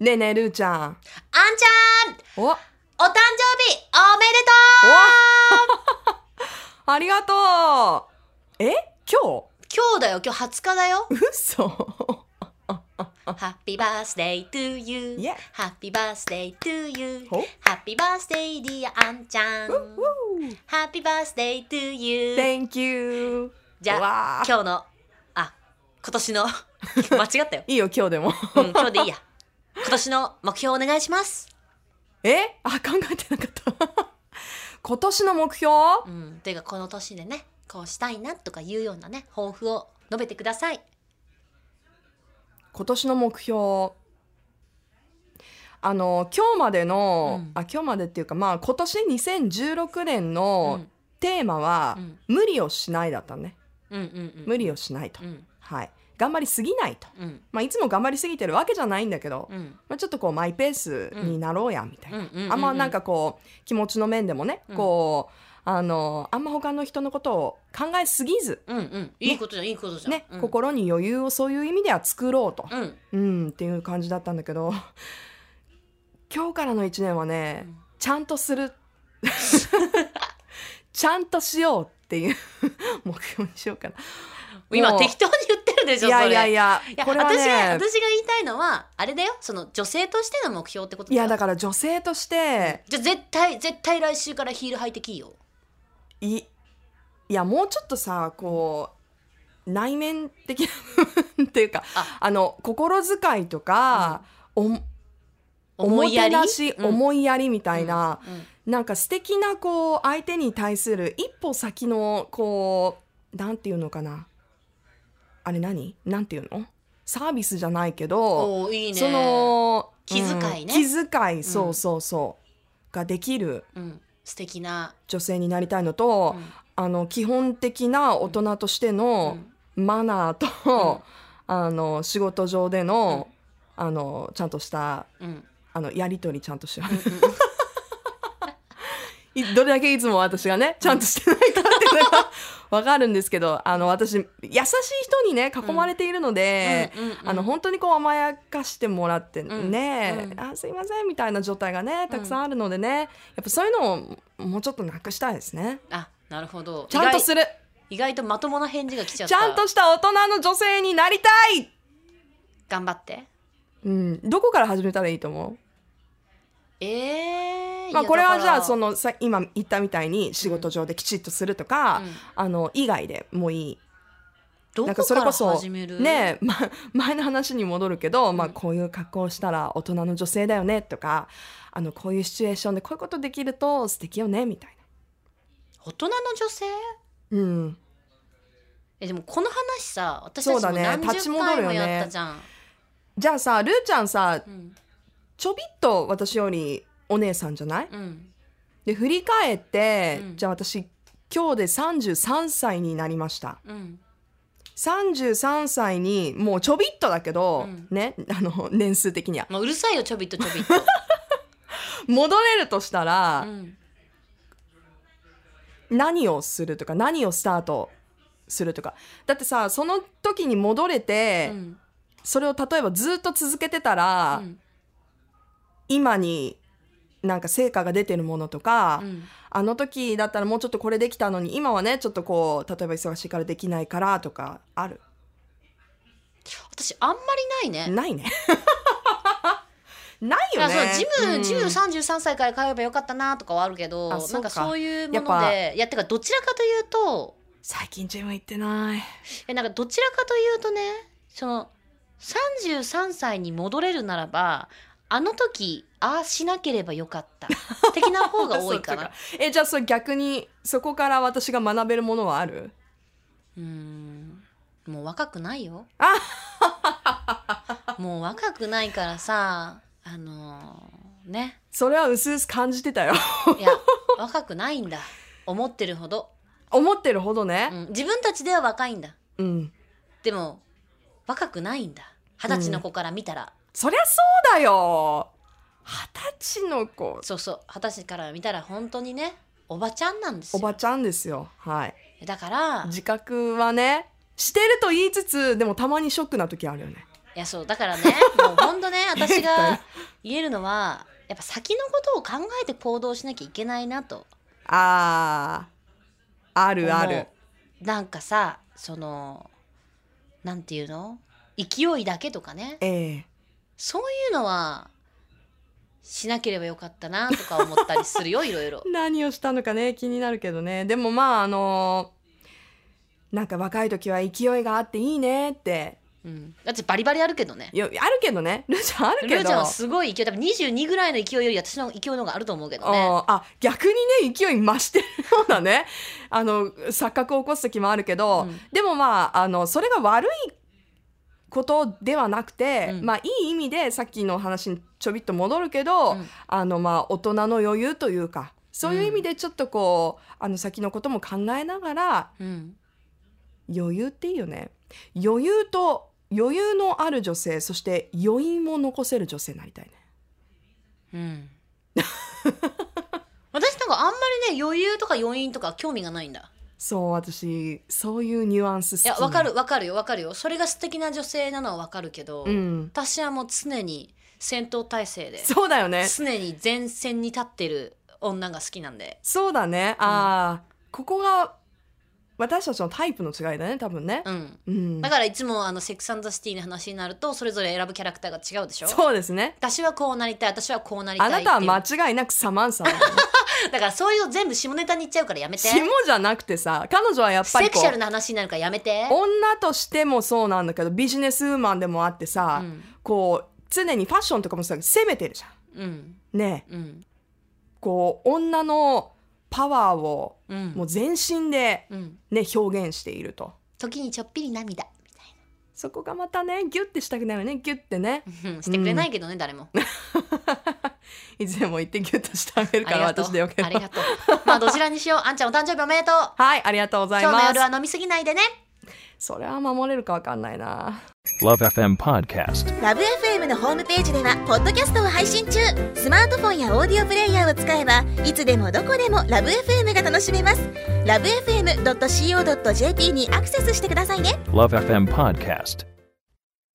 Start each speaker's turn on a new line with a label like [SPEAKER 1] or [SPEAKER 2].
[SPEAKER 1] ねえねえ、るーちゃん。
[SPEAKER 2] あんちゃん
[SPEAKER 1] お わ
[SPEAKER 2] お誕生日おめでとう
[SPEAKER 1] ありがとうえ今
[SPEAKER 2] 今日だよ今日20日だよ
[SPEAKER 1] 日嘘
[SPEAKER 2] Happy birthday to you
[SPEAKER 1] Yeah.
[SPEAKER 2] Happy birthday to you
[SPEAKER 1] ほ
[SPEAKER 2] Happy birthday dear あんちゃん Happy birthday to you
[SPEAKER 1] Thank you
[SPEAKER 2] じゃ
[SPEAKER 1] わあ
[SPEAKER 2] 今日のあ今年の 間違ったよ、
[SPEAKER 1] いいよ今日でも
[SPEAKER 2] うん、今日でいいや今年の目標お願いします、
[SPEAKER 1] えあ考えてなかった 今年の目標
[SPEAKER 2] うん、というかこの年でねこうしたいなとかいうようなね抱負を述べてください
[SPEAKER 1] 今年の目標あの今日までの、
[SPEAKER 2] うん
[SPEAKER 1] あ今日までっていうかまあ今年2016年
[SPEAKER 2] うんう
[SPEAKER 1] の
[SPEAKER 2] ん
[SPEAKER 1] テーマは、無理をしないだったね
[SPEAKER 2] うんうん
[SPEAKER 1] 無理をしないと、
[SPEAKER 2] うん
[SPEAKER 1] はい頑張りすぎないと、
[SPEAKER 2] うん
[SPEAKER 1] まあ、いつも頑張りすぎてるわけじゃないんだけど、
[SPEAKER 2] うん
[SPEAKER 1] まあ、ちょっとこうマイペースになろうやみたいな、
[SPEAKER 2] うん
[SPEAKER 1] あんまなんかこう気持ちの面でもね、
[SPEAKER 2] うん
[SPEAKER 1] こうあのあんま他の人のことを考えすぎず、
[SPEAKER 2] うんうんいいことじゃんいいことじゃん
[SPEAKER 1] ね
[SPEAKER 2] うん
[SPEAKER 1] 心に余裕をそういう意味では作ろうと、
[SPEAKER 2] うん
[SPEAKER 1] うん、っていう感じだったんだけど 今日からの1年はね、
[SPEAKER 2] うん
[SPEAKER 1] ちゃんとする ちゃんとしようっていう 目標にしようかな。
[SPEAKER 2] 今
[SPEAKER 1] もう
[SPEAKER 2] 適当に言ってるでしょ
[SPEAKER 1] いやいや
[SPEAKER 2] それ
[SPEAKER 1] いや
[SPEAKER 2] いや
[SPEAKER 1] これはね
[SPEAKER 2] 私が私が言いたいのはあれだよその女性としての目標ってこと
[SPEAKER 1] いやだ
[SPEAKER 2] か
[SPEAKER 1] から女性として、
[SPEAKER 2] じゃあ絶対絶対来週からヒール履いてきいよ
[SPEAKER 1] いいやもうちょっとさこう内面的な っていうか
[SPEAKER 2] あ
[SPEAKER 1] あの心遣いとか、お
[SPEAKER 2] 思いやり
[SPEAKER 1] おもてなし、
[SPEAKER 2] うん
[SPEAKER 1] 思いやりみたいな、
[SPEAKER 2] うん
[SPEAKER 1] なんか素敵なこう相手に対する一歩先のこうなんていうのかなあれ何なんていうのサービスじゃないけど、
[SPEAKER 2] おーいいね
[SPEAKER 1] その
[SPEAKER 2] 気遣いね
[SPEAKER 1] うん気遣いそううんそうそう、ができる
[SPEAKER 2] うん素敵な
[SPEAKER 1] 女性になりたいのと、
[SPEAKER 2] うん
[SPEAKER 1] あの基本的な大人としてのマナーと、あの仕事上での,、あのちゃんとした
[SPEAKER 2] うんうん
[SPEAKER 1] あのやり取りちゃんとして
[SPEAKER 2] うんうん
[SPEAKER 1] いどれだけいつも私がねちゃんとしてないかっていうの がわかるんですけどあの私優しい人にね囲まれているので。
[SPEAKER 2] うんうんうん
[SPEAKER 1] あの本当にこう甘やかしてもらって
[SPEAKER 2] ん
[SPEAKER 1] ね、
[SPEAKER 2] うん
[SPEAKER 1] あすいませんみたいな状態がねたくさんあるのでね、やっぱそういうのをもうちょっとなくしたいですね
[SPEAKER 2] あなるほど
[SPEAKER 1] ちゃんと
[SPEAKER 2] 意
[SPEAKER 1] する
[SPEAKER 2] 外意外とまともな返事が来ちゃっ
[SPEAKER 1] ち
[SPEAKER 2] た
[SPEAKER 1] ゃんとした大人の女性になりたい
[SPEAKER 2] 頑張って
[SPEAKER 1] うん、どこから始めたらいいと思
[SPEAKER 2] ええ
[SPEAKER 1] う、まあ、これはじゃあそ
[SPEAKER 2] の
[SPEAKER 1] のさ今言ったみたいに仕事上できちっとするとか、
[SPEAKER 2] うん
[SPEAKER 1] あの以外でもいい。
[SPEAKER 2] ど
[SPEAKER 1] なん
[SPEAKER 2] こ
[SPEAKER 1] かそれ
[SPEAKER 2] か
[SPEAKER 1] こ
[SPEAKER 2] ら
[SPEAKER 1] そ
[SPEAKER 2] 始める
[SPEAKER 1] ねえ、ま、 前の話に戻るけど、まあ、こういう格好をしたら大人の女性だよねとかあのこういうシチュエーションでこういうことできると素敵よねみたい
[SPEAKER 2] 大人の女性
[SPEAKER 1] な。うん、
[SPEAKER 2] えでもこの話さ私た
[SPEAKER 1] そう
[SPEAKER 2] ち
[SPEAKER 1] だ
[SPEAKER 2] も
[SPEAKER 1] ね
[SPEAKER 2] 何
[SPEAKER 1] 立ち
[SPEAKER 2] 十
[SPEAKER 1] 戻
[SPEAKER 2] 回
[SPEAKER 1] るよ
[SPEAKER 2] も
[SPEAKER 1] ね
[SPEAKER 2] やったじゃん、
[SPEAKER 1] じゃあさるーちゃんさ
[SPEAKER 2] うん
[SPEAKER 1] ちょびっと私よりお姉さんじゃない
[SPEAKER 2] うん
[SPEAKER 1] で振り返って、
[SPEAKER 2] うん
[SPEAKER 1] じゃあ私今日で33歳になりました。
[SPEAKER 2] うん
[SPEAKER 1] 33歳にもうちょびっとだけど、
[SPEAKER 2] うん
[SPEAKER 1] ねあの年数的には
[SPEAKER 2] もううるさいよちょびっとちょびっと、
[SPEAKER 1] 戻れるとしたら
[SPEAKER 2] う、ん、
[SPEAKER 1] 何をするとか何をスタートするとかだってさその時に戻れて、
[SPEAKER 2] うん
[SPEAKER 1] それを例えばずっと続けてたら、
[SPEAKER 2] うん
[SPEAKER 1] 今になんか成果が出てるものとか、
[SPEAKER 2] うん
[SPEAKER 1] あの時だったらもうちょっとこれできたのに今はねちょっとこう例えば忙しいからできないからとかある
[SPEAKER 2] 私あんまりないね
[SPEAKER 1] ないね ない
[SPEAKER 2] い
[SPEAKER 1] よ
[SPEAKER 2] や
[SPEAKER 1] ね
[SPEAKER 2] そうジム、
[SPEAKER 1] うん
[SPEAKER 2] ジム33歳から通えばよかったなとかはあるけど
[SPEAKER 1] あそうか
[SPEAKER 2] なんかそういうも
[SPEAKER 1] やっ
[SPEAKER 2] のでいやてかどちらかというと
[SPEAKER 1] 最近ジム行ってない
[SPEAKER 2] えなんかどちらかというとねその33歳に戻れるならばあの時ああしなければよかった的な方が多い か
[SPEAKER 1] そ
[SPEAKER 2] な
[SPEAKER 1] っえじゃあそれ逆にそこから私が学べるものはある
[SPEAKER 2] うーんもう若くないよ
[SPEAKER 1] あ。
[SPEAKER 2] もう若くないからさ、あの ーね、
[SPEAKER 1] それは薄々感じてたよ
[SPEAKER 2] いや若くないんだ。思ってるほど、
[SPEAKER 1] 思ってるほど
[SPEAKER 2] う
[SPEAKER 1] ね
[SPEAKER 2] ん、自分たちでは若いんだ。
[SPEAKER 1] うん、
[SPEAKER 2] でも若くないんだ。二十歳の子から見たら、
[SPEAKER 1] そりゃそうだよ二十歳の子
[SPEAKER 2] そうそう二十歳から見たら本当にね、おばちゃんなんです
[SPEAKER 1] おば
[SPEAKER 2] よ。
[SPEAKER 1] ちゃんですよはい
[SPEAKER 2] だから、
[SPEAKER 1] 自覚はねしてると言いつつでもたまにショックな時あるよね
[SPEAKER 2] いやそうだからねもうほん とね私が言えるのはやっぱ先のことを考えて行動しなきゃいけないなと
[SPEAKER 1] あーあるある
[SPEAKER 2] 思うなんかさそのなんていうの勢いだけとかね
[SPEAKER 1] ええ
[SPEAKER 2] そういうのはしなければよかったなとか思ったりす るよいろいろ。
[SPEAKER 1] 何をしたのかね気になるけどねでもまああのなんか若い時は勢いがあっていいねって
[SPEAKER 2] うん、だってバリバリあるけどね
[SPEAKER 1] い。やあるけどね ルーちゃんある
[SPEAKER 2] ル
[SPEAKER 1] けど
[SPEAKER 2] ーちゃんはすごい勢い多分22ぐらいの勢いより私の勢いの方があると思うけどね。
[SPEAKER 1] あーあ逆にね勢い増してるようなね あの錯覚を起こす時もあるけど、
[SPEAKER 2] うん
[SPEAKER 1] でもまああのそれが悪いことではなくて、
[SPEAKER 2] うん
[SPEAKER 1] まあいい意味でさっきの話にちょびっと戻るけど、
[SPEAKER 2] うん
[SPEAKER 1] あのまあ大人の余裕というかそういう意味でちょっとこう、あの先のことも考えながら
[SPEAKER 2] うん、
[SPEAKER 1] 余裕っていいよね余裕と余裕のある女性そして余韻も残せる女性になりたいね。
[SPEAKER 2] うん、 私なんかあんまりね余裕とか余韻とか興味がないんだ
[SPEAKER 1] そう私そういうニュアンス好き
[SPEAKER 2] いやわかるわかるよわかるよそれが素敵な女性なのはわかるけど、
[SPEAKER 1] うん、
[SPEAKER 2] 私はもう常に戦闘態勢で
[SPEAKER 1] そうだよね。
[SPEAKER 2] 常に前線に立ってる女が好きなんで
[SPEAKER 1] そうだね。ああ、ここが私たちのタイプの違いだね、多分ね。
[SPEAKER 2] うん
[SPEAKER 1] うん
[SPEAKER 2] だ。からいつもあのセックスザシティの話になるとそれぞれ選ぶキャラクターが違うでしょ
[SPEAKER 1] そうですね。
[SPEAKER 2] 私はこうなりたい私はこうなりたい
[SPEAKER 1] あ
[SPEAKER 2] ってい
[SPEAKER 1] な
[SPEAKER 2] う
[SPEAKER 1] たは間違いなくサマンサだ ね。
[SPEAKER 2] だからそういうの全部下ネタに言っちゃうからやめて
[SPEAKER 1] 下じゃなくてさ、彼女はやっぱ
[SPEAKER 2] セ
[SPEAKER 1] り
[SPEAKER 2] ク
[SPEAKER 1] こ
[SPEAKER 2] シャル
[SPEAKER 1] う、
[SPEAKER 2] な話になるからやめて
[SPEAKER 1] 女としてもそうなんだけど、ビジネスウーマンでもあってさ、
[SPEAKER 2] うん
[SPEAKER 1] こう、常にファッションとかもさ、攻めてるじゃ
[SPEAKER 2] うん
[SPEAKER 1] ん。ねえ
[SPEAKER 2] うん
[SPEAKER 1] こう、女のパワーを
[SPEAKER 2] うん
[SPEAKER 1] もう全身で
[SPEAKER 2] うん
[SPEAKER 1] ね、表現していると。
[SPEAKER 2] 時にちょっぴり涙みたい
[SPEAKER 1] そこがまたね、ギュッてしたくなるね、ギュッてね。
[SPEAKER 2] なうんしてくれないけどね、誰も
[SPEAKER 1] いつでも行ってギュッとしてあげる
[SPEAKER 2] あ
[SPEAKER 1] から
[SPEAKER 2] りがとう
[SPEAKER 1] 私でよければ
[SPEAKER 2] ありがとうまあどちらにしようあんちゃんお誕生日おめでとう
[SPEAKER 1] はい、ありがとうござい
[SPEAKER 2] 今日の
[SPEAKER 1] ま
[SPEAKER 2] 夜
[SPEAKER 1] す。
[SPEAKER 2] は飲みすぎないでね
[SPEAKER 1] それは守れるかわかんないな。
[SPEAKER 3] Love FM Podcast.
[SPEAKER 4] ラブ f m のホームページではポッドキャストを配信中スマートフォンやオーディオプレイヤーを使えばいつでもどこでもラブ f m が楽しめますラブ FM.co.jp にアクセスしてくださいね
[SPEAKER 3] Love FM Podcast.